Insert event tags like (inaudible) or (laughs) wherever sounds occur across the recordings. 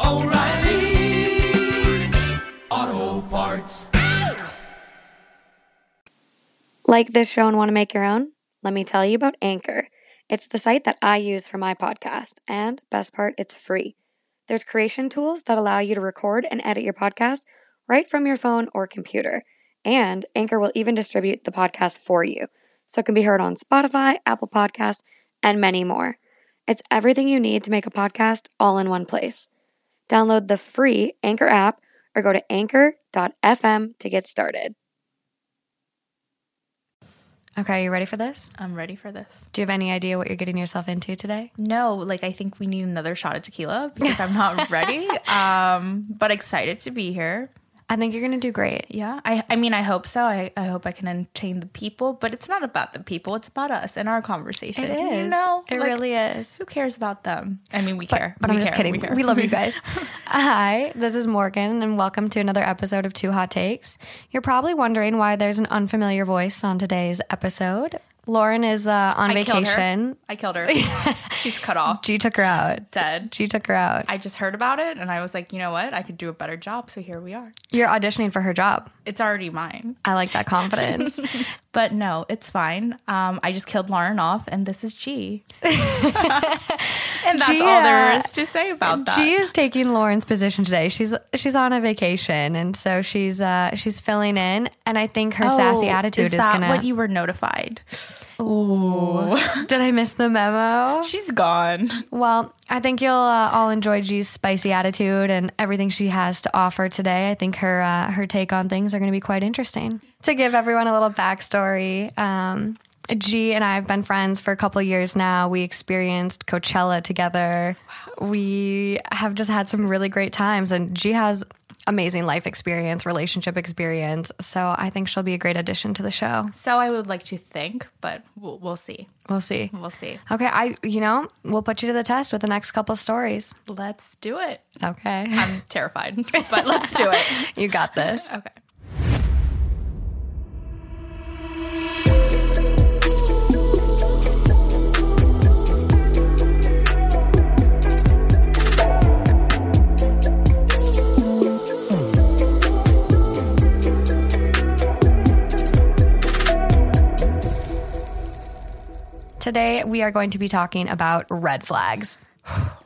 oh, O'Reilly. Auto parts. Like this show and want to make your own? Let me tell you about Anchor. It's the site that I use for my podcast, and best part, it's free. There's creation tools that allow you to record and edit your podcast right from your phone or computer. And Anchor will even distribute the podcast for you, so it can be heard on Spotify, Apple Podcasts, and many more. It's everything you need to make a podcast all in one place. Download the free Anchor app or go to anchor.fm to get started. Okay, you ready for this? I'm ready for this. Do you have any idea what you're getting yourself into today? No, like I think we need another shot of tequila because I'm not (laughs) ready. Um, but excited to be here. I think you're going to do great. Yeah. I I mean I hope so. I, I hope I can entertain the people, but it's not about the people, it's about us and our conversation. You know? It Like, really is. who cares about them? I mean we care. But we I'm just care, kidding. care. We, love (laughs) you guys. Hi, this is Morgan, and welcome to another episode of Two Hot Takes. You're probably wondering why there's an unfamiliar voice on today's episode. Lauren is uh, (laughs) on I killed her. vacation. I killed (laughs) her. She's cut off. G took her out. Dead. G took her out. I just heard about it and I was like, you know what? I could do a better job, so here we are. You're auditioning for her job. It's already mine. I like (laughs) that confidence. But no, it's fine. Um, I just killed Lauren off, and this is (laughs) G. and that's G, all there uh, is to say about that. She is taking Lauren's position today. She's she's on a vacation, and so she's uh, she's filling in. And I think her sassy Oh, attitude is, is that gonna. what you were notified? (laughs) did I miss the memo? She's gone. Well, I think you'll uh, all enjoy G's spicy attitude and everything she has to offer today. I think her uh, her take on things are going to be quite interesting. To give everyone a little backstory, um, G and I have been friends for a couple years now. We experienced Coachella together. We have just had some really great times, and G has amazing life experience, relationship experience. So I think she'll be a great addition to the show. So I would like to think, but we'll, we'll see. We'll see. We'll see. Okay, I you know we'll put you to the test with the next couple stories. Let's do it. Okay. (laughs) I'm (laughs) terrified, but let's do it. You got this. Okay. Today, we are going to be talking about red flags.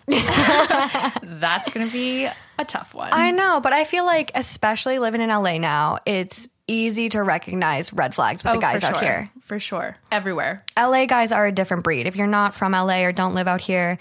That's going to be a tough one. I know, but I feel like, especially living in LA now, it's easy to recognize red flags with Oh, the guys for out sure. here. For sure. Everywhere. LA guys are a different breed. If you're not from LA or don't live out here,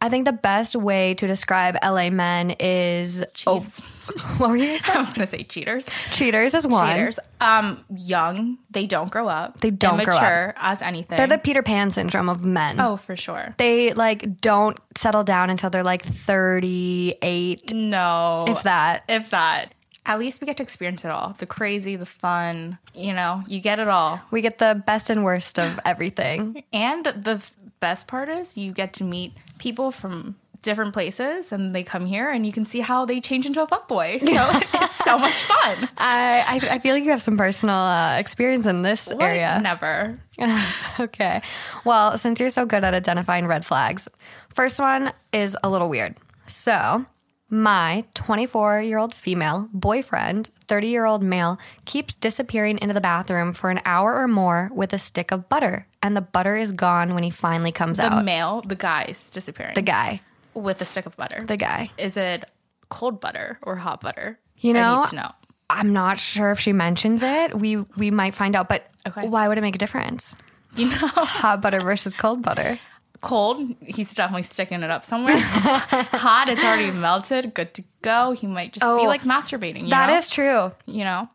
I think the best way to describe LA men is oh, (laughs) what were you gonna say? (laughs) I was going to say cheaters. Cheaters is one. Cheaters. Um, young. They don't grow up. They don't grow Immature up. as anything. They're the Peter Pan syndrome of men. oh, for sure. They like don't settle down until they're like 38, No. if that. If that. At least we get to experience it all the crazy, the fun, you know, you get it all. We get the best and worst of everything. And the f- best part is you get to meet people from different places and they come here and you can see how they change into a fuckboy. (laughs) So it's so much fun. (laughs) I, I, I feel like you have some personal uh, experience in this What? (laughs) area. Never. okay. Well, since you're so good at identifying red flags, first one is a little weird. So, my 24 year old female boyfriend, 30 year old male, keeps disappearing into the bathroom for an hour or more with a stick of butter, and the butter is gone when he finally comes The out. male, the guy's disappearing. Oh. the guy. With a stick of butter. The guy. is it cold butter or hot butter? You know, I need to know. I'm not sure if she mentions it. We we might find out, but Okay. why would it make a difference? You know, Hot butter versus cold butter. cold, he's definitely sticking it up (laughs) somewhere. Hot, it's already melted, good to go. He might just Oh, be like masturbating. You That know? is true. you know.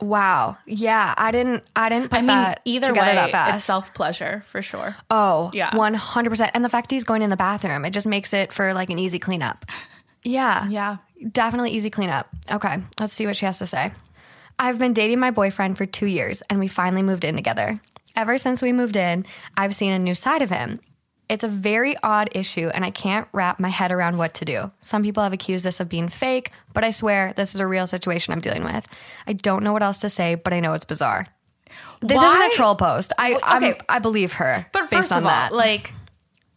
Wow. Yeah, I didn't. I didn't put I mean, that either together way, that fast. it's self pleasure for sure. oh, Yeah. one hundred percent. And the fact he's going in the bathroom, it just makes it for like an easy cleanup. (laughs) Yeah, Yeah. definitely easy cleanup. Okay, let's see what she has to say. I've been dating my boyfriend for two years and we finally moved in together. Ever since we moved in, I've seen a new side of him. It's a very odd issue and I can't wrap my head around what to do. Some people have accused this of being fake, but I swear this is a real situation I'm dealing with. I don't know what else to say, but I know it's bizarre. This Why- isn't a troll post. I I'm- okay. I believe her But based first on of all, that. like,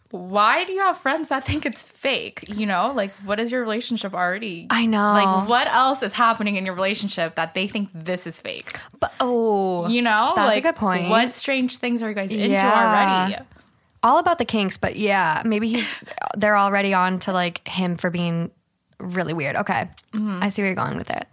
why do you have friends that think it's fake? You know, like, what is your relationship already? I know. Like, what else is happening in your relationship that they think this is fake? But- oh, You know, That's a like, good point. What strange things are you guys into Yeah. already? all about the kinks, but yeah, maybe he's they're already on to like him for being really weird. Okay. I see where you're going with it.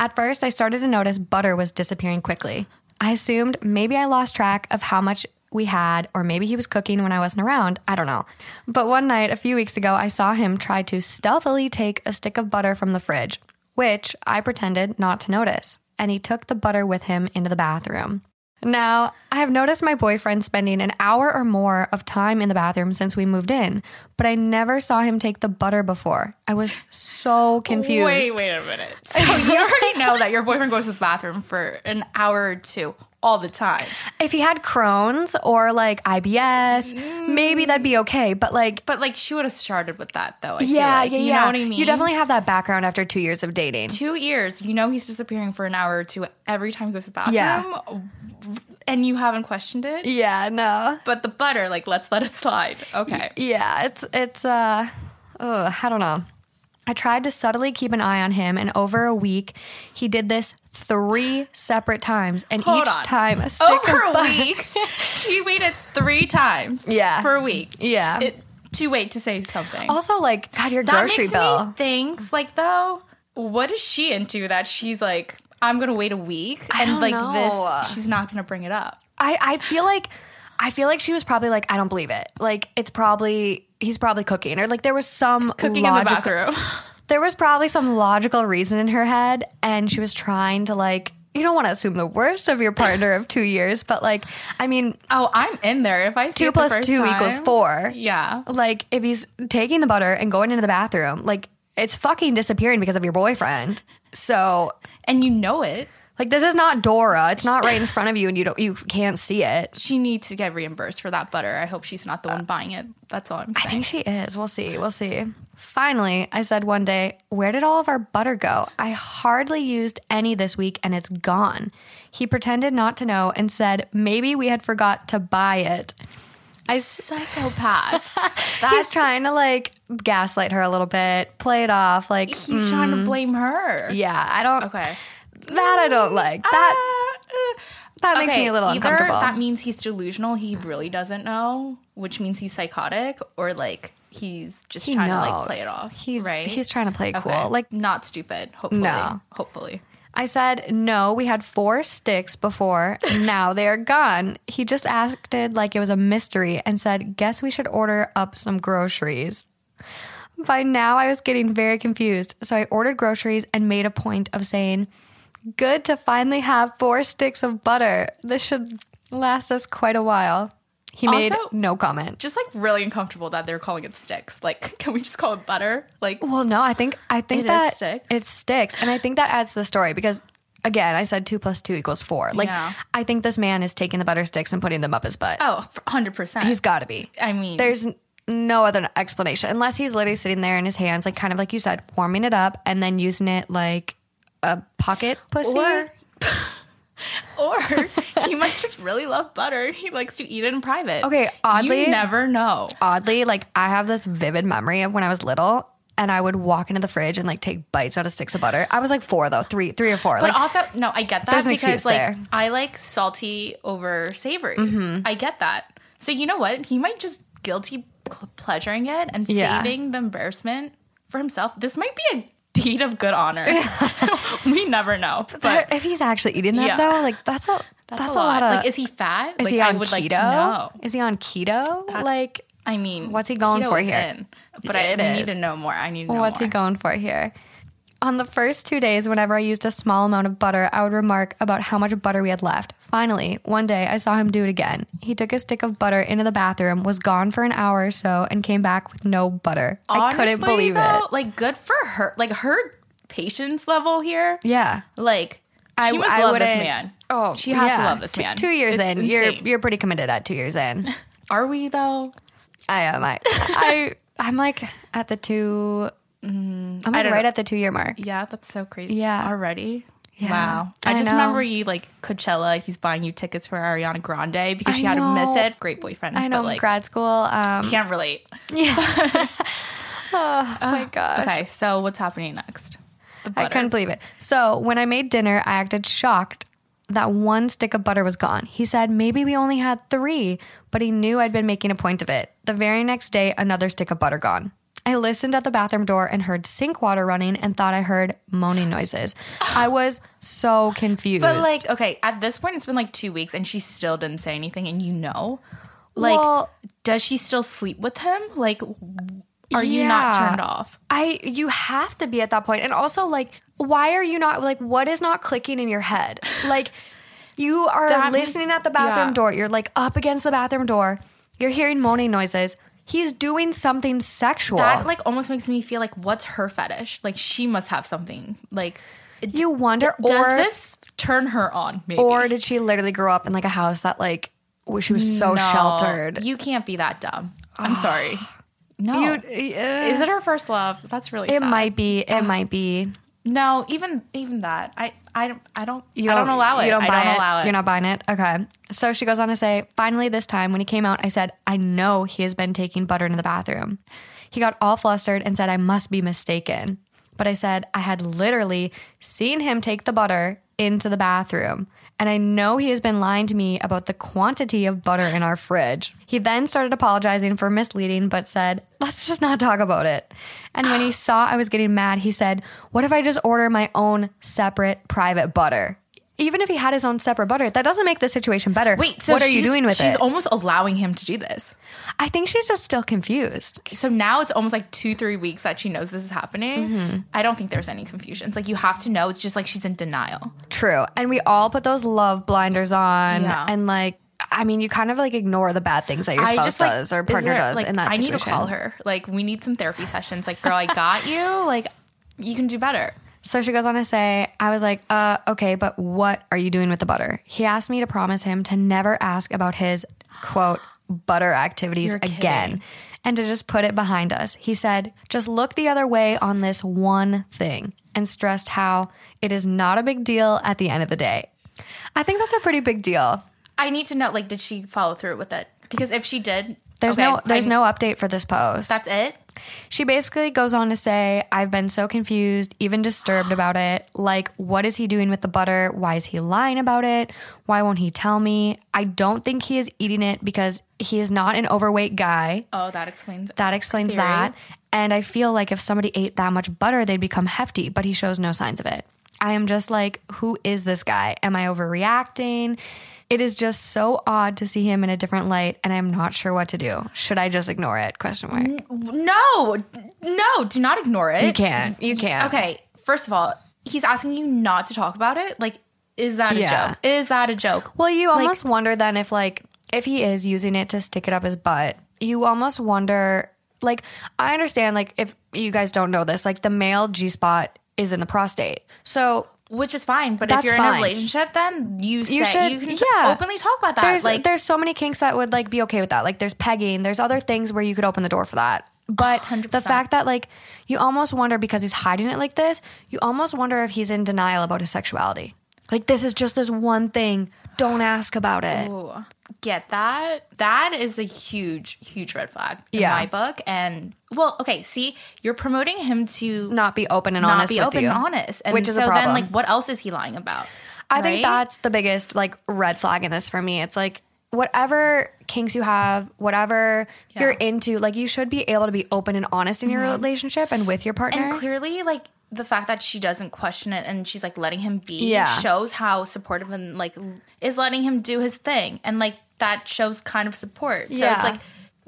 At first, I started to notice butter was disappearing quickly. I assumed maybe I lost track of how much we had, or maybe he was cooking when I wasn't around. I don't know. But one night, a few weeks ago, I saw him try to stealthily take a stick of butter from the fridge, which I pretended not to notice. And he took the butter with him into the bathroom. Now, I have noticed my boyfriend spending an hour or more of time in the bathroom since we moved in, but I never saw him take the butter before. I was so confused. Wait, wait a minute. (laughs) So you already know that your boyfriend goes to the bathroom for an hour or two all the time. If he had Crohn's or like IBS, maybe that'd be okay. But like, But like, she would have started with that though. I feel yeah, like. yeah, you yeah. know what I mean. You definitely have that background after two years of dating. two years. You know he's disappearing for an hour or two every time he goes to the bathroom. Yeah. And you haven't questioned it. Yeah, no, But the butter, like, let's let it slide. Okay. yeah, it's it's uh, ugh, I don't know. I tried to subtly keep an eye on him, and over a week, he did this three separate times, and Hold each on. time a stick Over of a butter- (laughs) week. she waited three times. Yeah. For a week. (laughs) Yeah. It, to wait to say something. Also, like God, your that grocery makes bill. me think, like, though, what is she into that she's like, I'm gonna wait a week and don't like know. this she's not gonna bring it up. I, I feel like I feel like she was probably like, I don't believe it. Like it's probably he's probably cooking. Or like there was some Cooking logical, in the bathroom. (laughs) There was probably some logical reason in her head and she was trying to like you don't want to assume the worst of your partner of two years, but like I mean Oh, I'm in there. If I see two it the plus first two equals time- four. Yeah. Like if he's taking the butter and going into the bathroom, like it's fucking disappearing because of your boyfriend. So And you know it. like this is not Dora. It's not right in front of you and you don't you can't see it. she needs to get reimbursed for that butter. I hope she's not the one buying it. That's all I'm I saying. think she is. We'll see. We'll see. Finally, I said one day, Where did all of our butter go? I hardly used any this week and it's gone. He pretended not to know and said, Maybe we had forgot to buy it. I (laughs) psychopath. He's trying to like gaslight her a little bit, play it off. Like, He's trying to blame her. Mm. yeah, I don't. Okay. That I don't like. That that makes me a little either uncomfortable. That means he's delusional. He really doesn't know, which means he's psychotic, or like he's just He trying knows. to like play it off. He's, right. He's trying to play it cool. Okay. Like, not stupid. Hopefully. No. Hopefully. I said, no, we had four sticks before. Now they are gone. He just acted like it was a mystery and said, guess we should order up some groceries. By now, I was getting very confused. So I ordered groceries and made a point of saying, good to finally have four sticks of butter. This should last us quite a while. He made Also- no comment. Just like really uncomfortable that they're calling it sticks. Like, (laughs) can we just call it butter? Like, Well, no, I think I think It is that sticks. it sticks, and I think that adds to the story because again, I said two plus two equals four. Like Yeah. I think this man is taking the butter sticks and putting them up his butt. oh, 100%. He's got to be. I mean, There's n- no other explanation unless he's literally sitting there in his hands, like kind of like you said, warming it up and then using it like a pocket pussy. Or- (laughs) Or (laughs) he might just really love butter and he likes to eat it in private. Okay, oddly- You never know. oddly, like I have this vivid memory of when I was little. And I would walk into the fridge and like take bites out of sticks of butter. I was like four though, three, three or four. But like also, no, I get that There's an because excuse like there. Mm-hmm. I like salty over savory. I get that. So you know what? He might just guilty cl- pleasuring it and Yeah. saving the embarrassment for himself. This might be a deed of good honor. (laughs) (laughs) we never know. But if he's actually eating that Yeah. though, like that's a that's, a lot. of like, is he fat? is like, he on I would keto? like to know. Is he on keto? like I mean, What's he going keto for is here? in, but It I need is. to know more. I need to know what's more. he going for here? On the first two days, whenever I used a small amount of butter, I would remark about how much butter we had left. Finally, one day I saw him do it again. He took a stick of butter into the bathroom, was gone for an hour or so, and came back with no butter. I couldn't Honestly, believe though, it. Like, good for her. Like her patience level here. Yeah. Like, I, She must I love this wouldn't- man. Oh, She has to yeah. love this T- man. Two years It's in, you're insane. you're pretty committed at two years in. Are we though? I (laughs) am. I, I I'm like at the two. mm, I'm like don't right know. at the two year mark. Yeah, that's so crazy. Yeah. Already? Yeah. Wow. I I, just know. remember you like Coachella, he's buying you tickets for Ariana Grande because I she had to miss know. it. Great boyfriend. I know but, like grad school. Um, can't relate. oh my gosh. Okay, so what's happening next? The I couldn't believe it. So when I made dinner, I acted shocked that one stick of butter was gone. He said maybe we only had three, but he knew I'd been making a point of it. The very next day, another stick of butter gone. I listened at the bathroom door and heard sink water running and thought I heard moaning noises. I was so confused. But like, okay, at this point it's been like two weeks and she still didn't say anything and you know. Like Well- does she still sleep with him? Like are you not Yeah. turned off? I you have to be at that point. And also like why are you not like what is not clicking in your head? Like you are That makes- listening at the bathroom yeah. door. You're like up against the bathroom door. You're hearing moaning noises. He's doing something sexual. That like almost makes me feel like what's her fetish? Like she must have something. Like you wonder or does this turn her on maybe? or did she literally grow up in like a house that like where she was so No, sheltered? Ah. You can't be that dumb. I'm sorry. No. is it her first love? That's really it sad. might be. It might be. No, even even that. I I don't I don't You I don't allow it. You don't I buy don't it. allow it. You're not buying it. Okay. So she goes on to say, finally, this time when he came out, I said, I know he has been taking butter into the bathroom. He got all flustered and said, I must be mistaken. But I said, I had literally seen him take the butter into the bathroom. And I know he has been lying to me about the quantity of butter in our fridge. He then started apologizing for misleading, but said, Let's just not talk about it. And when he saw I was getting mad, he said, What if I just order my own separate private butter? even if he had his own separate butter, that doesn't make the situation better. Wait, so what are you she's- doing with she's it? almost allowing him to do this. I think she's just still confused. So now it's almost like two, three weeks that she knows this is happening. Mm-hmm. I don't think there's any confusion. It's like you have to know. It's just like she's in denial. True. And we all put those love blinders on Yeah. and like I mean, you kind of like ignore the bad things that your I spouse just like does or is partner there- does like, in that I situation. need to call her. Like we need some therapy sessions. Like girl, I got you. Like you can do better. So she goes on to say, I was like, uh, okay, but what are you doing with the butter? He asked me to promise him to never ask about his quote butter activities You're kidding. again and to just put it behind us. He said, just look the other way on this one thing and stressed how it is not a big deal at the end of the day. I think that's a pretty big deal. I need to know. Like, did she follow through with it? Because if she did, There's okay, no there's I- no update for this post. That's it. She basically goes on to say, I've been so confused, even disturbed about it. Like, what is he doing with the butter? Why is he lying about it? Why won't he tell me? I don't think he is eating it because he is not an overweight guy. Oh, that explains. That explains Theory. that. And I feel like if somebody ate that much butter, they'd become hefty, but he shows no signs of it. I am just like, who is this guy? Am I overreacting? It is just so odd to see him in a different light, and I'm not sure what to do. Should I just ignore it? Question mark. No, no, do not ignore it. You can't. You can't. Okay, first of all, he's asking you not to talk about it. Like, is that Yeah. a joke? Is that a joke? Well, you almost wonder then if like if he is using it to stick it up his butt, you almost wonder like I understand like if you guys don't know this, like the male G spot is in the prostate. So Which is fine, but That's if you're in fine. a relationship, then you say, you, should- can yeah. openly talk about that. there's like, there's so many kinks that would like be okay with that. Like there's pegging, there's other things where you could open the door for that. But the fact that like you almost wonder because he's hiding it like this, you almost wonder if he's in denial about his sexuality. Like this is just this one thing. Don't ask about it. Ooh, get that? That is a huge, huge red flag in Yeah. my book. And well, okay, see, you're promoting him to Not be open and not honest be with open you. and honest, and Which is a so problem. then like, what else is he lying about? I think Right? that's the biggest like red flag in this for me. It's like whatever kinks you have, whatever you're into, like you should be able to be open and honest in your relationship and with your partner. Mm-hmm. And clearly, like the fact that she doesn't question it and she's like letting him be Yeah. shows how supportive and like l- is letting him do his thing. And like that shows kind of support. So Yeah. it's like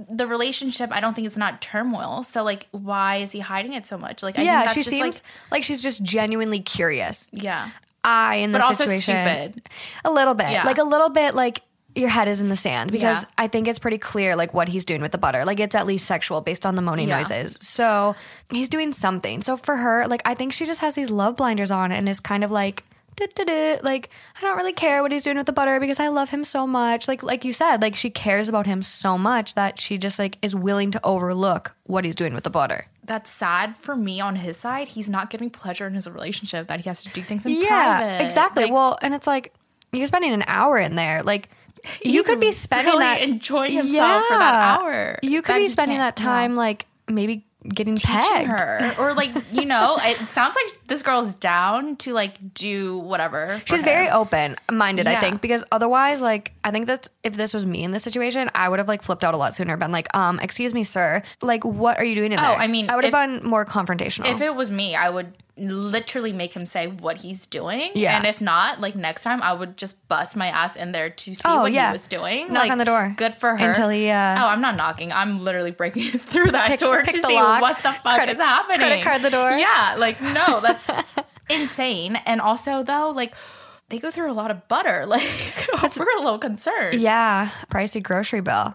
the relationship, I don't think it's not turmoil. So like why is he hiding it so much? Like I yeah, think that's she just, seems like, she's just genuinely curious. like, Yeah. I in this also situation stupid. a little bit, Yeah. like a little bit, like your head is in the sand because Yeah. I think it's pretty clear like what he's doing with the butter. Like it's at least sexual based on the moaning Yeah. noises. So he's doing something. So for her, like I think she just has these love blinders on and is kind of like "Du-du-du," like I don't really care what he's doing with the butter because I love him so much. Like like you said, like she cares about him so much that she just like is willing to overlook what he's doing with the butter. That's sad for me on his side. He's not getting pleasure in his relationship that he has to do things in Yeah, private. exactly. Like, well, and it's like you're spending an hour in there. Like you he's could be spending really that enjoying himself for that hour. You could That be he spending that can't- yeah. time like maybe getting teaching pegged. her or like you know it sounds like this girl's down to like do whatever for She's very him. open minded, I Yeah. think, because otherwise, like, I think that's if this was me in this situation, I would have like flipped out a lot sooner, been like, um, excuse me, sir, like, what are you doing in there? Oh, I mean, I would have if- been more confrontational. if it was me i would literally make him say what he's doing Yeah. and if not like next time i would just bust my ass in there to see Oh, what yeah. he was doing Knock like on the door. good for her Until he, uh, oh i'm not knocking i'm literally breaking (laughs) through that Pick- door pick to the see lock. what the fuck Credit- is happening credit card the door. yeah like no (laughs) that's insane and also though like they go through a lot of butter (laughs) like we're a little concerned yeah, pricey grocery bill.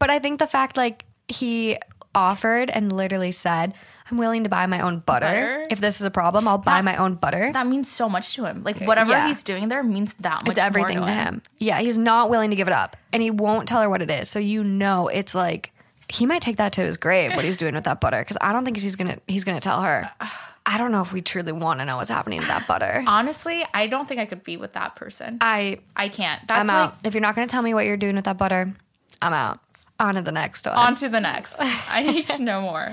But I think the fact like he offered and literally said, I'm willing to buy my own butter. Butter? If this is a problem, I'll buy my own butter. that means so much to him. Like whatever Uh, Yeah. he's doing there means that much. it's everything more to him. Yeah, he's not willing to give it up, and he won't tell her what it is. So you know, it's like he might take that to his grave what he's doing with that butter because I don't think he's gonna he's gonna tell her. I don't know if we truly want to know what's happening to that butter. Honestly, I don't think I could be with that person. I, I can't. That's I'm like out. if you're not gonna tell me what you're doing with that butter, I'm out. On to the next one. on to the next. I need to know more.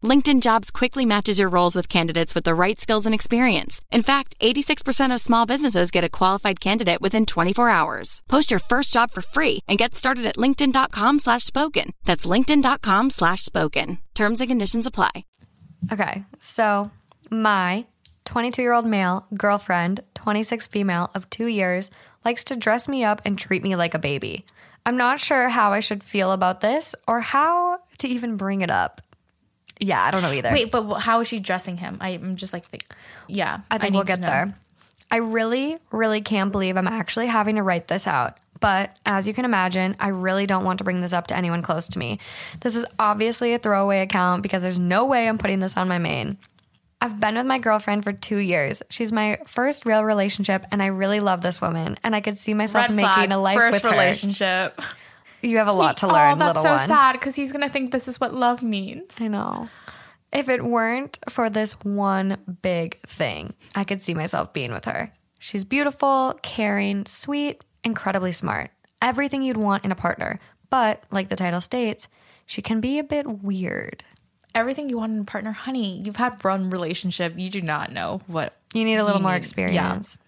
LinkedIn Jobs quickly matches your roles with candidates with the right skills and experience. In fact, 86% of small businesses get a qualified candidate within 24 hours. Post your first job for free and get started at linkedin.com slash spoken. That's linkedin.com slash spoken. Terms and conditions apply. Okay, so my 22 year old male girlfriend, 26 female of two years, likes to dress me up and treat me like a baby. I'm not sure how I should feel about this or how to even bring it up. Yeah, I don't know either. Wait, but wh- how is she dressing him? I, am just like, think, yeah. I think need we'll to get know. there. I really, really can't believe I'm actually having to write this out. But as you can imagine, I really don't want to bring this up to anyone close to me. This is obviously a throwaway account because there's no way I'm putting this on my main. I've been with my girlfriend for two years. She's my first real relationship, and I really love this woman. And I could see myself Red making flag, a life first with relationship. her. You have a lot to learn, oh, that's little so one. sad because he's gonna think this is what love means. I know. If it weren't for this one big thing, I could see myself being with her. She's beautiful, caring, sweet, incredibly smart. Everything you'd want in a partner. But, like the title states, she can be a bit weird. Everything you want in a partner, honey. You've had one relationship. You do not know what You need a little more experience.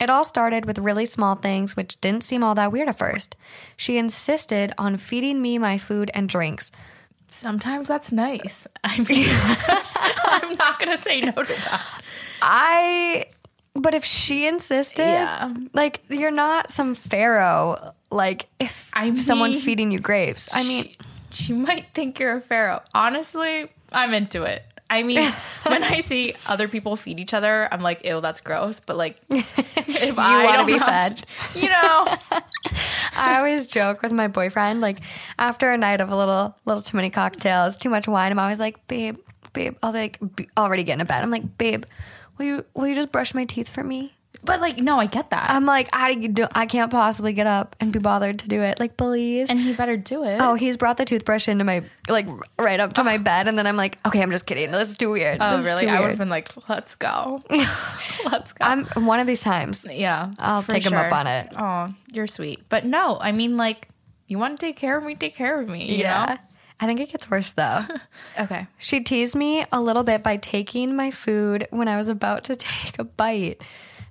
It all started with really small things, which didn't seem all that weird at first. She insisted on feeding me my food and drinks. Sometimes that's nice. (laughs) I mean, I'm not gonna say no to that. I but if she insisted, Yeah. like you're not some pharaoh like if I someone mean- feeding you grapes. I mean, She might think you're a pharaoh. Honestly, I'm into it. I (laughs) mean, when I see other people feed each other, I'm like, ew, that's gross. But (laughs) like, if you I wanna don't be know- fed. you (laughs) know, (laughs) I always joke with my boyfriend like after a night of a little little too many cocktails, too much wine, I'm always like, "Babe, babe, I'll like be already get in bed." I'm like, "Babe, will you will you just brush my teeth for me?" but like, no, I get that. I'm like, "I do, I can't possibly get up and be bothered to do it." Like, please. and he better do it. Oh, he's brought the toothbrush into my like right up to my bed, and then I'm like, okay, I'm just kidding. This is too weird. Oh, This is really? too I would weird." have been like, let's (laughs) go. let's go. I'm one of these times. yeah. I'll for take him up sure. on it. Oh, you're sweet. But no, I mean, like, you want to take care of me, take care of me. You Yeah. I think it gets (laughs) worse though. Know? Okay. she teased me a little bit by taking my food when I was about to (laughs) take a bite.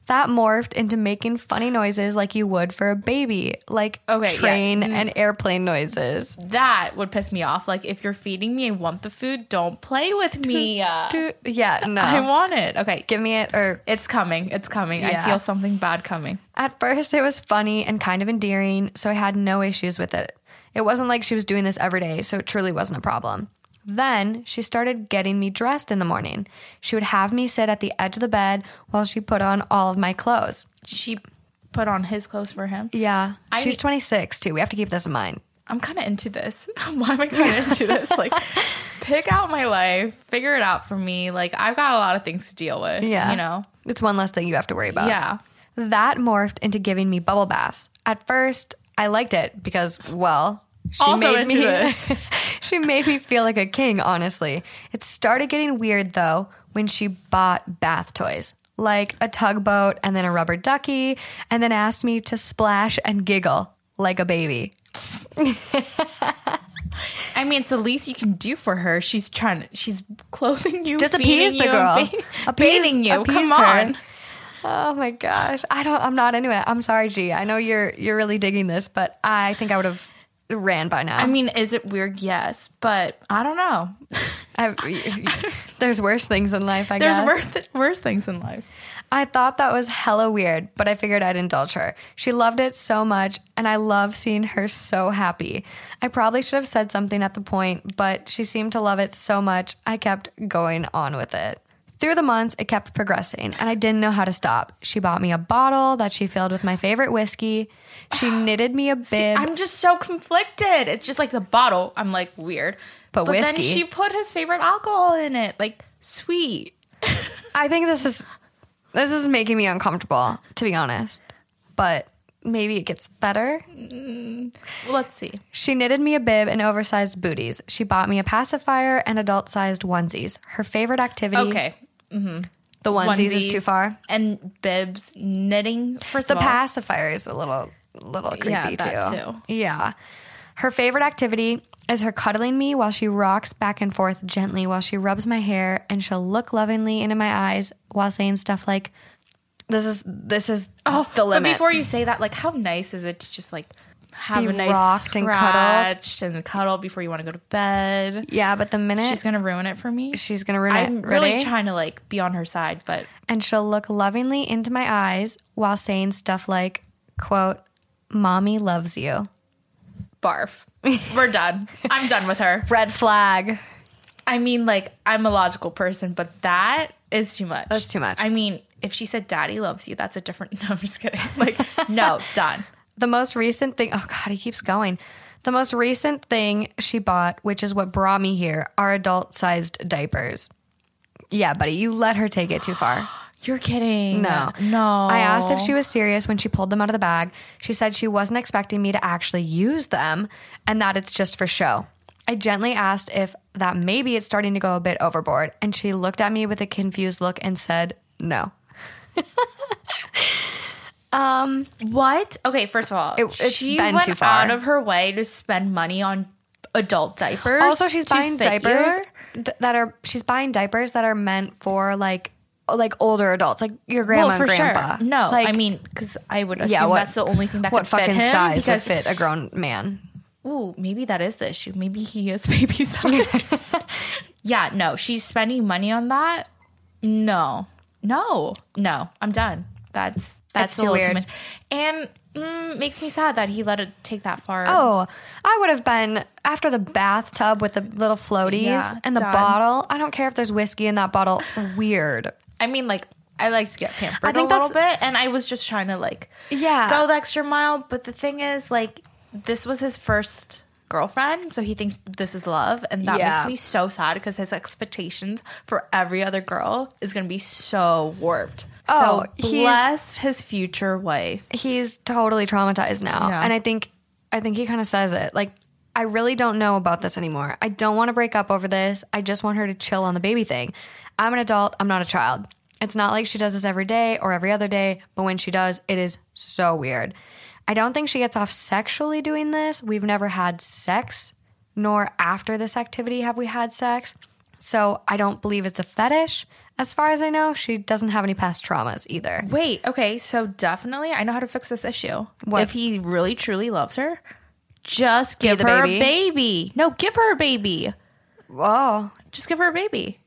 That morphed into making funny noises like you would for a baby, like Okay, yeah. Mm. train and airplane noises. That would piss me off. Like, if you're feeding me and want the food, don't play with (laughs) me. Uh, Dude, yeah, (laughs) no. I want it. Okay. Give me it or It's coming. It's coming. Yeah. I feel something bad coming. At first, it was funny and kind of endearing, so I had no issues with it. It wasn't like she was doing this every day, so it truly wasn't a problem. Then she started getting me dressed in the morning. She would have me sit at the edge of the bed while she put on all of my clothes. She put on his clothes for him. Yeah. I- She's 26 too. We have to keep this in mind. I'm kind of into this. (laughs) Why am I (laughs) kind of into this? Like, pick out my life, figure it out for me. Like, I've got a lot of things to deal with. Yeah. You know? It's one less thing you have to worry about. Yeah. That morphed into giving me bubble baths. At first, I liked it because, well, she Also made into me this. (laughs) she made me feel like a king, honestly. It started getting weird though when she bought bath toys, like a tugboat and then a rubber ducky, and then asked me to splash and giggle like a baby. I mean, it's the least you can do for her. She's trying to, she's clothing you, Just feeding appease the you, girl. ba- (laughs) Appease- bathing you. Come appease her. on. Oh my gosh. I don't I'm not into it. I'm sorry, G. I know you're you're really digging this, but I think I would have ran by now. I mean, is it weird? Yes, but I don't know. I, there's worse things in life, I There's guess. worse, worse things in life. I thought that was hella weird, but I figured I'd indulge her. She loved it so much, and I love seeing her so happy. I probably should have said something at the point, but she seemed to love it so much, I kept going on with it. Through the months, it kept progressing, and I didn't know how to stop. She bought me a bottle that she filled with my favorite whiskey. (gasps) She knitted me a bib. I'm just so conflicted. It's just like the bottle. I'm like weird, But then whiskey. she put his favorite alcohol in it. Like sweet. I think this is this is making me uncomfortable, to be honest. But maybe it gets better. Let's see. She knitted me a bib and oversized booties. She bought me a pacifier and adult-sized onesies. Her favorite activity. Okay, the onesies, is Onesies too far. And bibs, knitting. First The of all, pacifier is a little little creepy Yeah, that too. Yeah. Her favorite activity is her cuddling me while she rocks back and forth gently while she rubs my hair and she'll look lovingly into my eyes while saying stuff like this is this is oh, the limit. But before you say that, like, how nice is it to just like have Be a nice rocked and cuddled. scratch and cuddle before you want to go to bed? yeah, but the minute She's gonna ruin it for me. she's gonna ruin I'm it. really Ready? trying to like be on her side, but and she'll look lovingly into my eyes while saying stuff like, quote, Mommy loves you. (laughs) barf. We're done. I'm done with her. Red flag. I mean, like, I'm a logical person, but that is too much. That's too much. I mean, if she said daddy loves you, that's a different. (laughs) No, I'm just kidding. Like, (laughs) no, done. The most recent thing, oh God, he keeps going. The most recent thing she bought, which is what brought me here, are adult sized diapers. Yeah, buddy, you let her take it too far. You're kidding. No. No. I asked if she was serious when she pulled them out of the bag. She said she wasn't expecting me to actually use them and that it's just for show. I gently asked if that maybe it's starting to go a bit overboard, and she looked at me with a confused look and said, No. What? Okay, first of all, it's she been went too far. out of her way to spend money on adult diapers. Also, she's to buying fit you. diapers d- that are she's buying diapers that are meant for like like older adults, like your grandma Well, for and grandpa. sure. No, like, I mean, because I would assume yeah, what, that's the only thing that what could fucking fit him. size because, would fit a grown man? Ooh, maybe that is the issue. Maybe he is (laughs) baby size. (laughs) yeah, no, she's spending money on that. No, no, no. I'm done. That's that's It's a too little weird. too much, and mm, makes me sad that he let it take that far. Oh, I would have been after the bathtub with the little floaties Yeah, and the done. bottle. I don't care if there's whiskey in that bottle. Weird. I mean, like I like to get pampered I think a little bit, and I was just trying to like Yeah. go the extra mile. But the thing is, like, this was his first girlfriend, so he thinks this is love, and that Yeah. makes me so sad because his expectations for every other girl is going to be so warped. Oh, so he's- blessed his future wife. He's totally traumatized now, Yeah. and I think I think he kind of says it like. I really don't know about this anymore. I don't want to break up over this. I just want her to chill on the baby thing. I'm an adult. I'm not a child. It's not like she does this every day or every other day, but when she does, it is so weird. I don't think she gets off sexually doing this. We've never had sex, nor after this activity have we had sex. So I don't believe it's a fetish. As far as I know, she doesn't have any past traumas either. Wait, okay, so definitely I know how to fix this issue. What? If he really truly loves her, just give the her baby? a baby. No, give her a baby. Whoa. Just give her a baby.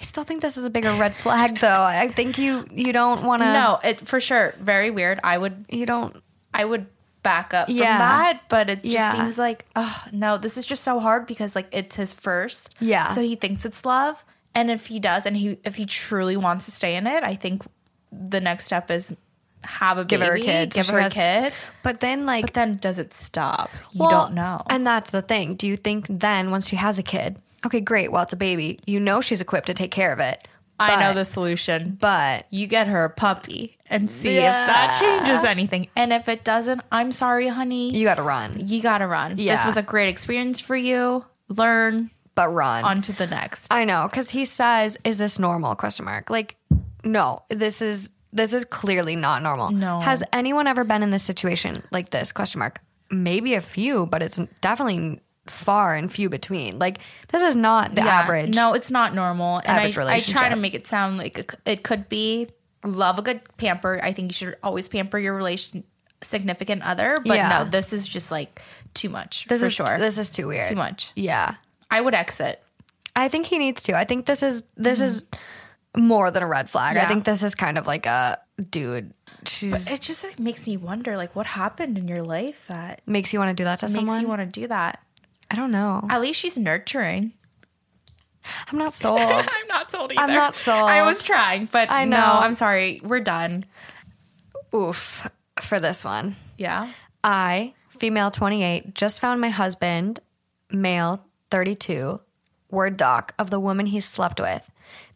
I still think this is a bigger red flag, though. I think you you don't want to. No, it for sure. Very weird. I would you don't. I would back up Yeah. from that. But it just Yeah. seems like, oh no, this is just so hard because like it's his first. Yeah. So he thinks it's love. And if he does and he if he truly wants to stay in it, I think the next step is have a Give her a baby, kid. so Give she her a has- kid. But then, like, But then does it stop? You Well, don't know. And that's the thing. Do you think then, once she has a kid, okay, great. Well, it's a baby. You know she's equipped to take care of it. I know but- the solution. But you get her a puppy and see if that changes anything. And if it doesn't, I'm sorry, honey. you got to run. you gotta run. This Yeah. was a great experience for you. Learn But run. on to the next. I know, because he says, "Is this normal?" Question mark. Like, no, this is this is clearly not normal. No. Has anyone ever been in this situation like this? Question mark. Maybe a few, but it's definitely far and few between. Like, this is not the Yeah. average. No, it's not normal. And Average I, I try to relationship. make it sound like it c- it could be love a good pamper. I think you should always pamper your relation significant other. But Yeah. no, this is just like too much. this for is sure. this is too weird. too much. Yeah. I would exit. I think he needs to. I think this is this is more than a red flag. I Mm-hmm. Yeah. think this is kind of like a dude. She's It just like, makes me wonder, like, what happened in your life that makes you want to do that to makes someone. you want to do that? I don't know. At least she's nurturing. (laughs) I'm not sold. I'm not sold either. I'm not sold. I was trying, but I I know. know. No, I'm sorry. We're done. Oof for this one. Yeah. I, female 28, just found my husband, male 32, word doc of the woman he slept with.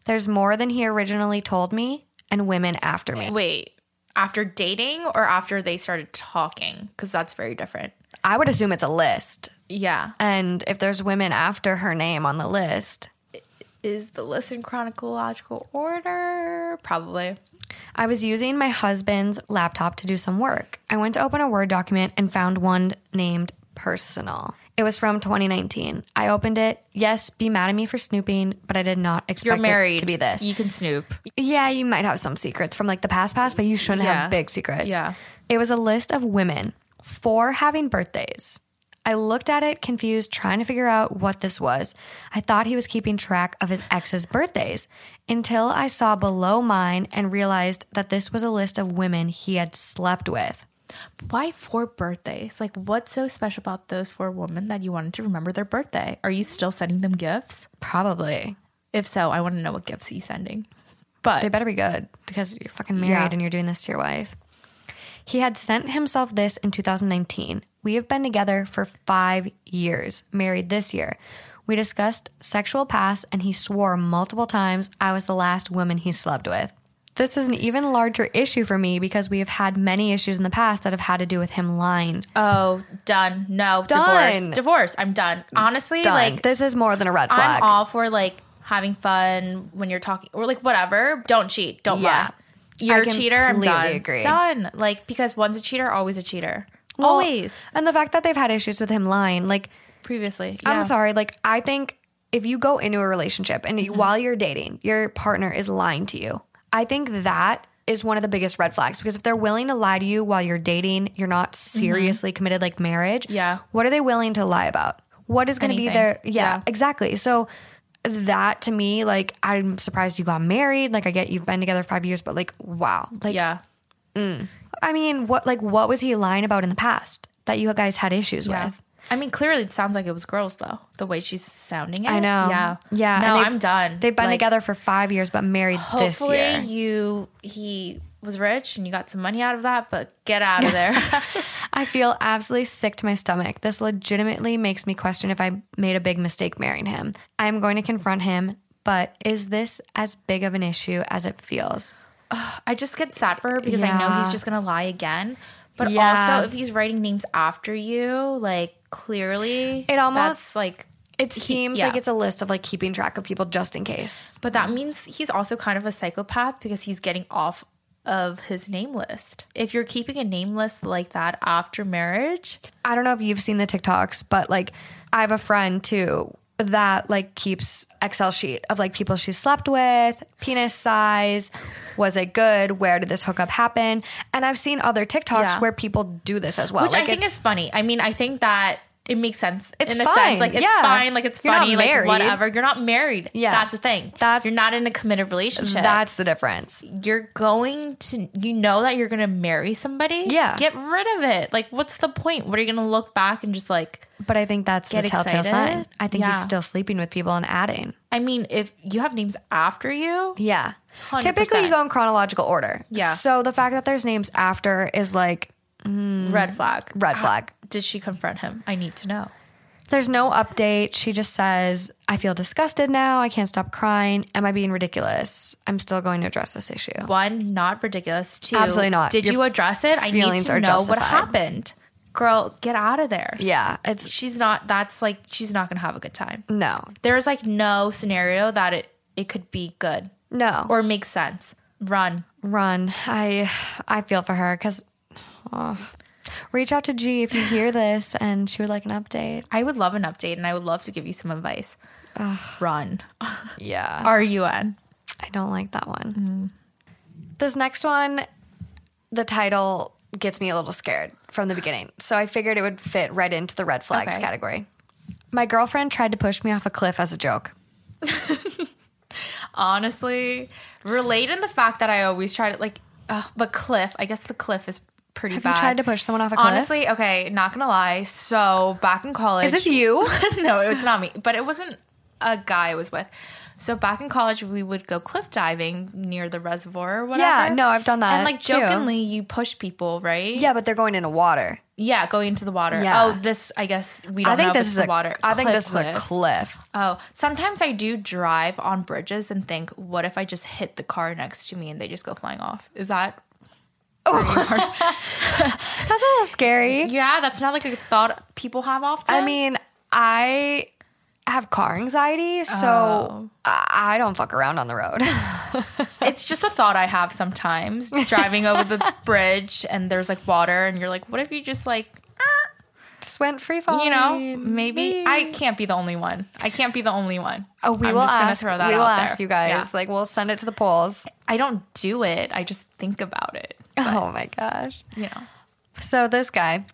There's more than he originally told me and women after me. Wait. After dating or after they started talking? Because that's very different. I would assume it's a list. Yeah. And if there's women after her name on the list, Is the list in chronological order? Probably. I was using my husband's laptop to do some work. I went to open a Word document and found one named personal. It was from 2019. I opened it. Yes, be mad at me for snooping, but I did not expect You're it married. to be this. You can snoop. yeah, you might have some secrets from like the past past, but you shouldn't Yeah. have big secrets. Yeah. It was a list of women for having birthdays. I looked at it confused, trying to figure out what this was. I thought he was keeping track of his ex's birthdays until I saw below mine and realized that this was a list of women he had slept with. Why four birthdays? Like, what's so special about those four women that you wanted to remember their birthday? Are you still sending them gifts? Probably. If so, I want to know what gifts he's sending. But They better be good because you're fucking married Yeah. and you're doing this to your wife. He had sent himself this in 2019. We have been together for five years, married this year. We discussed sexual past, and he swore multiple times I was the last woman he slept with. This is an even larger issue for me because we have had many issues in the past that have had to do with him lying. Oh, done. No, Done. divorce. Divorce. I'm done. Honestly, Done. like this is more than a red I'm flag. all for like having fun when you're talking or like whatever. Don't cheat. Don't Yeah. lie. You're I a cheater. I'm completely done. agree. Done. Like because once a cheater, always a cheater. Well, always. And the fact that they've had issues with him lying, like, Previously, Yeah. I'm sorry. Like, I think if you go into a relationship and Mm-hmm. you- while you're dating, your partner is lying to you, I think that is one of the biggest red flags because if they're willing to lie to you while you're dating, you're not seriously committed like marriage. Mm-hmm. Yeah. What are they willing to lie about? What is going to be Anything. their. Yeah, Yeah. exactly. So that to me, like, I'm surprised you got married. Like, I get you've been together five years, but like, wow. Like, Yeah. I mean, what, like, what was he lying about in the past that you guys had issues Yeah. with? I mean, clearly it sounds like it was girls though. The way she's sounding it. I know. Yeah. Yeah. No, and they've- I'm done. They've been Like, together for five years, but married this Hopefully year. you he was rich and you got some money out of that, but get out (laughs) of there. I feel absolutely sick to my stomach. This legitimately makes me question if I made a big mistake marrying him. I am going to confront him, but is this as big of an issue as it feels? I just get sad for her because I know Yeah. he's just gonna lie again. But Yeah. also, if he's writing names after you, like clearly, It almost- that's, like. It seems yeah. like it's a list of like keeping track of people just in case. But that means he's also kind of a psychopath because he's getting off of his name list. If you're keeping a name list like that after marriage, I don't know if you've seen the TikToks, but like I have a friend too that like keeps Excel sheet of like people she slept with, penis size, was it good, where did this hookup happen? And I've seen other TikToks Yeah. where people do this as well. which Oh, Like, I think it's- is funny. I mean, I think that it makes sense. It's in a fine. sense. Like it's Yeah. fine. Like it's You're not funny. Like married. whatever. You're not married. Yeah. That's the thing. That's- you're not in a committed relationship. That's the difference. you're going to you know that you're gonna marry somebody. Yeah. Get rid of it. Like what's the point? What are you gonna look back and just like But I think that's the Get telltale excited? sign. I think Yeah. he's still sleeping with people and adding. I mean, if you have names after you, Yeah. 100%. Typically, you go in chronological order. Yeah. So the fact that there's names after is like red flag. Mm-hmm. red flag. Did she confront him? I need to know. There's no update. She just says, I feel disgusted now. I can't stop crying. Am I being ridiculous? I'm still going to address this issue. One, not ridiculous. Two, Absolutely not. Did Your you address it? I need feelings to are know what justified. happened. Girl, get out of there. Yeah. It's She's not. That's like she's not gonna have a good time. no, There's like no scenario that it it could be good no. or make sense. Run. run. I I feel for her because reach out to G if you hear this and she would like an update. I would love an update, and I would love to give you some advice. Run. Yeah, R U N. I don't like that one. This next one, the title gets me a little scared from the beginning, so I figured it would fit right into the red flags Okay. category. My girlfriend tried to push me off a cliff as a joke. Honestly, relate in the fact that I always try to like, ugh, but Cliff. I guess the Cliff is pretty Have bad. you tried to push someone off a cliff? Honestly, okay, not gonna lie. So back in college, is this you? (laughs) no, it's not me, but it wasn't a guy I was with. So back in college, we would go cliff diving near the reservoir or whatever. Yeah, no, I've done that And like too. jokingly, you push people, right? yeah, but they're going into water. yeah, going into the water. Yeah. Oh, this I guess we don't I think know if this it's is the a water. I think Cliff, this is a cliff. cliff. Oh, sometimes I do drive on bridges and think, what if I just hit the car next to me and they just go flying off? Is that? That's a little scary. Yeah, that's not like a thought people have often. I mean, I have car anxiety, so Oh. I I don't fuck around on the road. (laughs) it's just a thought I have sometimes driving over the bridge and there's like water and you're like, what if you just like, Just went free falling. you know, maybe I can't be the only one. I can't be the only one. Oh, we I'm will just gonna ask. throw that we will out ask there. you guys. Yeah. Like, we'll send it to the polls. I don't do it. I just think about it. oh my gosh. You know, So this guy,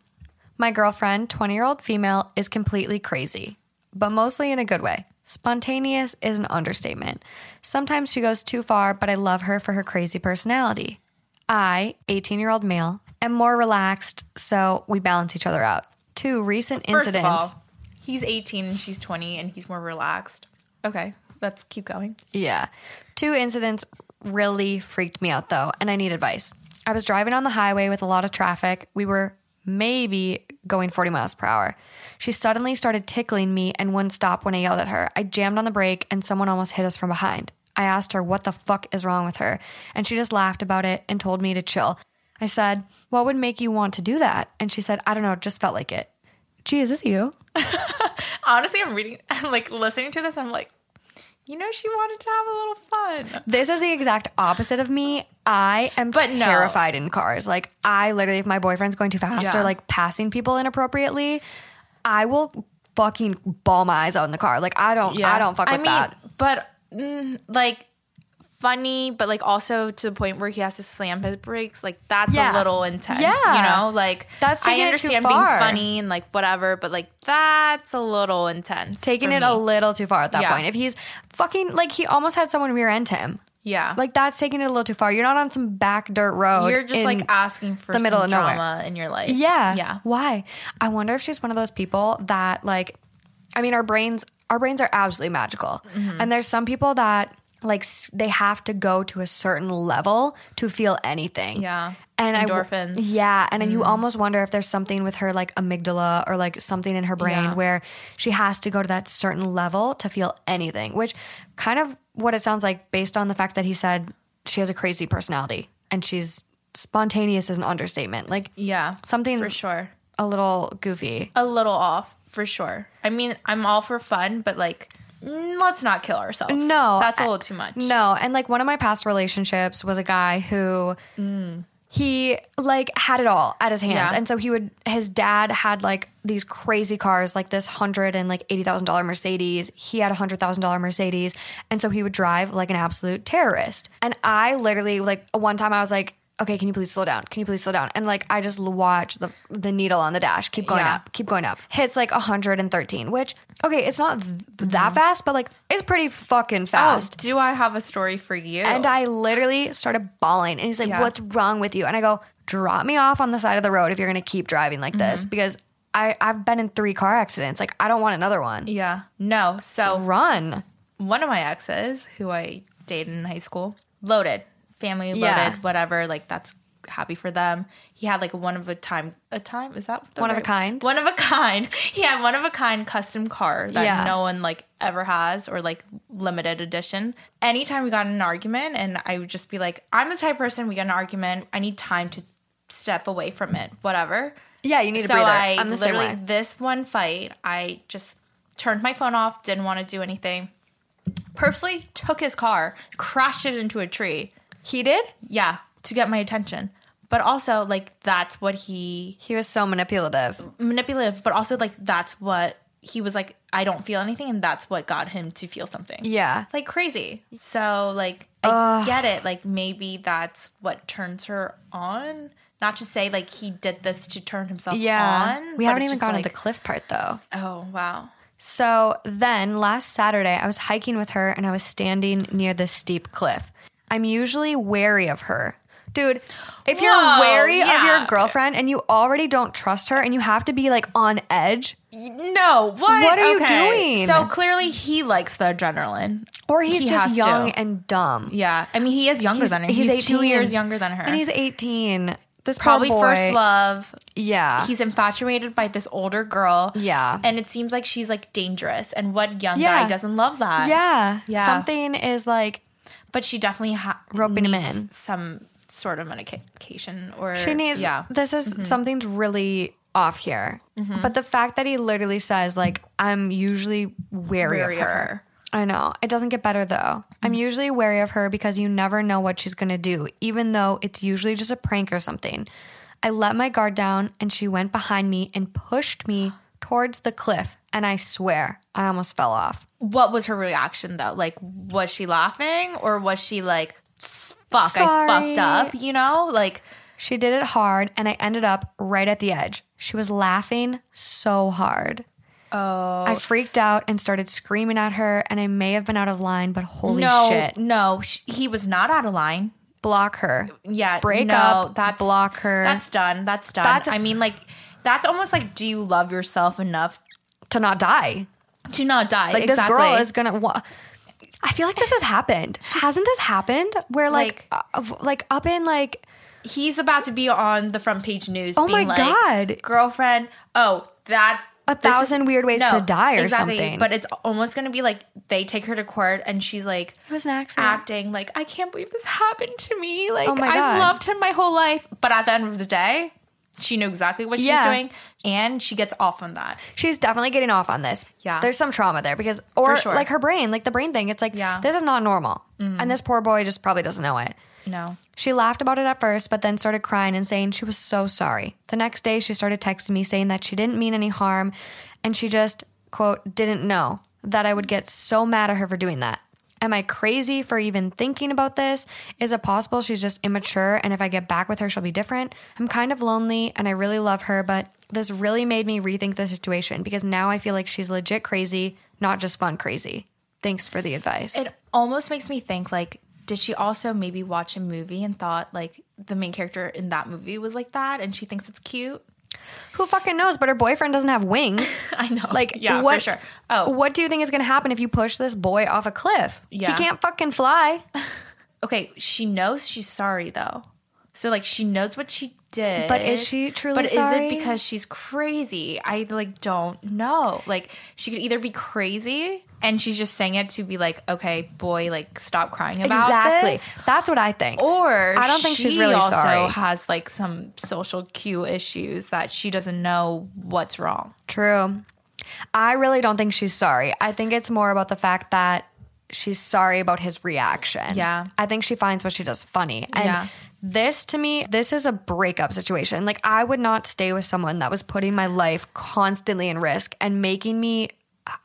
my girlfriend, twenty-year-old female, is completely crazy, but mostly in a good way. Spontaneous is an understatement. Sometimes she goes too far, but I love her for her crazy personality. I, 18 year old male, am more relaxed, so we balance each other out. Two recent first incidents. of all, he's 18 and she's 20 and he's more relaxed. Okay, let's keep going. Yeah. Two incidents really freaked me out though, and I need advice. I was driving on the highway with a lot of traffic. We were maybe going 40 miles per hour. She suddenly started tickling me and wouldn't stop when I yelled at her. I jammed on the brake and someone almost hit us from behind. I asked her what the fuck is wrong with her, and she just laughed about it and told me to chill. I said, What would make you want to do that? And she said, I don't know, it just felt like it. Gee, is this you? Honestly, I'm reading, (laughs) I'm like listening to this. I'm like, you know, she wanted to have a little fun. This is the exact opposite of me. I am But no. terrified in cars. Like I literally, if my boyfriend's going too fast Yeah. or like passing people inappropriately, I will fucking ball my eyes out in the car. Like I don't, I don't fuck with that. But mm, like funny, but like also to the point where he has to slam his brakes. Like that's Yeah. a little intense. Yeah. You know, like That's I taking it too understand far. being funny and like whatever, but like that's a little intense. Taking for it me. a little too far at that Yeah. point. If he's fucking like he almost had someone rear end him. yeah, Like that's taking it a little too far. You're not on some back dirt road. you're just in- like asking for the middle some of nowhere. drama in your life. Yeah. yeah. Why? I wonder if she's one of those people that like I mean our brains our brains are absolutely magical. Mm-hmm. And there's some people that like s- they have to go to a certain level to feel anything. Yeah. And I w- Endorphins. Mm-hmm. yeah, and then you almost wonder if there's something with her like amygdala or like something in her brain Yeah. where she has to go to that certain level to feel anything, which kind of what it sounds like based on the fact that he said she has a crazy personality and she's spontaneous is an understatement. Like Yeah, Something's for sure. a little goofy. A little off for sure. I mean, I'm all for fun, but like, mm, let's not kill ourselves. No, that's a I- little too much. No, and like one of my past relationships was a guy who he like had it all at his hands. Yeah. And so he would his dad had like these crazy cars, like this hundred and like eighty thousand dollar Mercedes. He had a hundred thousand dollar Mercedes. And so he would drive like an absolute terrorist. And I literally like one time I was like okay, can you please slow down? Can you please slow down? And like, I just l- watch the the needle on the dash keep going Yeah. up, keep going up. Hits like 113, which okay, it's not th- that fast, but like it's pretty fucking Mm-hmm. Oh, fast. do I have a story for you? And I literally started bawling. And he's like, Yeah. What's wrong with you? And I go, Drop me off on the side of the road if you're going to keep driving like Mm-hmm. this because I, I've been in three car accidents. Like, I don't want another one. yeah, no. So Run. one of my exes who I dated in high school, loaded, family loaded, Yeah. whatever, like that's happy for them. He had like a one of a time a time is that the One of a right- kind? One of a kind. (laughs) He had one of a kind custom car that Yeah. no one like ever has or like limited edition. Anytime we got in an argument and I would just be like, I'm the type of person we got in an argument, I need time to step away from it, whatever Yeah, you need so a breather. I I'm the same literally way. this one fight, I just turned my phone off, didn't want to do anything. Purposely took his car, crashed it into a tree. He did? Yeah, to get my attention. But also, like that's what he He was so manipulative. manipulative. But also, like that's what he was like. I don't feel anything, and that's what got him to feel something. Yeah. like crazy. So like I get it. Like maybe that's what turns her on. Not to say like he did this to turn himself Yeah. on. we but haven't it's even just gotten to like- the cliff part though. Oh wow. So then last Saturday, I was hiking with her and I was standing near this steep cliff. I'm usually wary of her. Dude, if Whoa, you're wary of yeah. your girlfriend and you already don't trust her and you have to be like on edge, No, what? What are you doing? So clearly he likes the adrenaline. or he's He has just young to. and dumb. Yeah. I mean, he is younger than her. He's, two years younger than her. And he's 18. This poor probably boy- first love. Yeah. He's infatuated by this older girl. Yeah. And it seems like she's like dangerous. And what young Yeah. guy doesn't love that? yeah. Yeah. Something is like But she definitely ha- Roping him needs in. some sort of medication or She needs. Yeah. Mm-hmm. This is something's really off here. But the fact that he literally says like I'm usually wary, Wary of, of her. her. Mm-hmm. I know. It doesn't get better though. I'm usually wary of her because you never know what she's going to do, even though it's usually just a prank or something. I let my guard down and she went behind me and pushed me towards the cliff and I swear I almost fell off. What was her reaction though? Like, was she laughing or was she like, "Fuck, I Sorry. fucked up"? You know, like. She did it hard and I ended up right at the edge. She was laughing so hard. Oh. I freaked out and started screaming at her and I may have been out of line, but holy no, shit. No, sh- he was not out of line. Block her. Yeah, Break no, up, That's block her. That's done. That's done. That's- I mean, like, that's almost like, do you love yourself enough To not die. to not die? Like exactly. this girl is gonna. Wa- I feel like this has happened. Hasn't this happened? Where like, uh, of- like up in like, He's about to be on the front page news. Oh being my like, God. girlfriend. Oh, that's A this is- thousand weird ways to die or something. But it's almost gonna be like they take her to court and she's like, It was an accident. acting like I can't believe this happened to me. Like Oh my I've God. loved him my whole life, but at the end of the day. She knew exactly what Yeah. she's doing, and she gets off on that. she's definitely getting off on this. Yeah. there's some trauma there because, or For sure. like her brain, like the brain thing. It's like, Yeah. Mm-hmm. this is not normal, and this poor boy just probably doesn't know it. No, She laughed about it at first, but then started crying and saying she was so sorry. The next day, she started texting me saying that she didn't mean any harm and she just, quote, didn't know that I would get so mad at her for doing that. Am I crazy for even thinking about this? Is it possible she's just immature and if I get back with her, she'll be different? I'm kind of lonely and I really love her, but this really made me rethink the situation because now I feel like she's legit crazy, not just fun crazy. Thanks for the advice. it almost makes me think like did she also maybe watch a movie and thought like the main character in that movie was like that and she thinks it's cute Who fucking knows? But her boyfriend doesn't have wings. (laughs) i know Like yeah what, for sure oh what do you think is going to happen if you push this boy off a cliff? Yeah. He can't fucking fly. okay she knows she's sorry though so like she knows what she did But is she truly but sorry? is it because she's crazy i like don't know like she could either be crazy and she's just saying it to be like okay boy like stop crying about exactly. this. That's what I think. or I don't think she's she really also sorry. has like some social cue issues that she doesn't know what's wrong. True. I really don't think she's sorry. I think it's more about the fact that she's sorry about his reaction. Yeah. I think she finds what she does funny. And Yeah. this to me, this is a breakup situation. Like I would not stay with someone that was putting my life constantly in risk and making me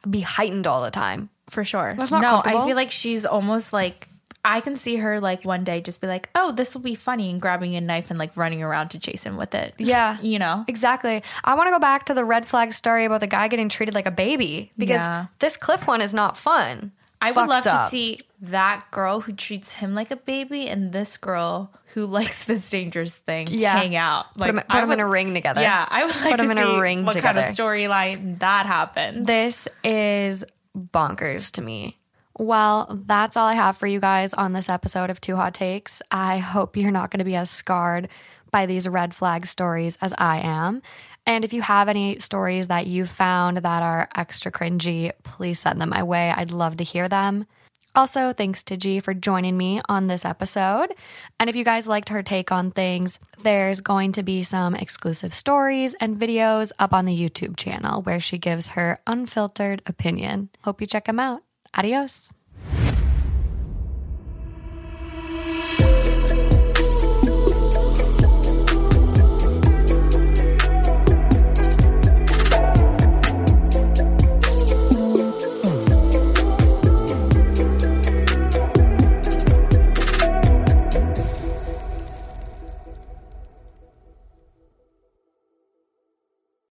be heightened all the time. For sure. That's not no, I comfortable. feel like she's almost like I can see her like one day just be like, oh, this will be funny, and grabbing a knife and like running around to chase him with it. Yeah. (laughs) You know? Exactly. I want to go back to the red flag story about the guy getting treated like a baby because Yeah. this cliff one is not fun. I would Fucked love up. to see that girl who treats him like a baby and this girl who (laughs) likes this dangerous thing Yeah. hang out. Like, 'em- put I 'em in a ring together. Yeah, I would like Put to 'em in a see ring what kind of together. storyline that happened. This is bonkers to me. Well, that's all I have for you guys on this episode of Two Hot Takes. I hope you're not going to be as scarred by these red flag stories as I am. And if you have any stories that you found that are extra cringy, please send them my way. I'd love to hear them. Also, thanks to G for joining me on this episode. And if you guys liked her take on things, there's going to be some exclusive stories and videos up on the YouTube channel where she gives her unfiltered opinion. Hope you check them out. Adios.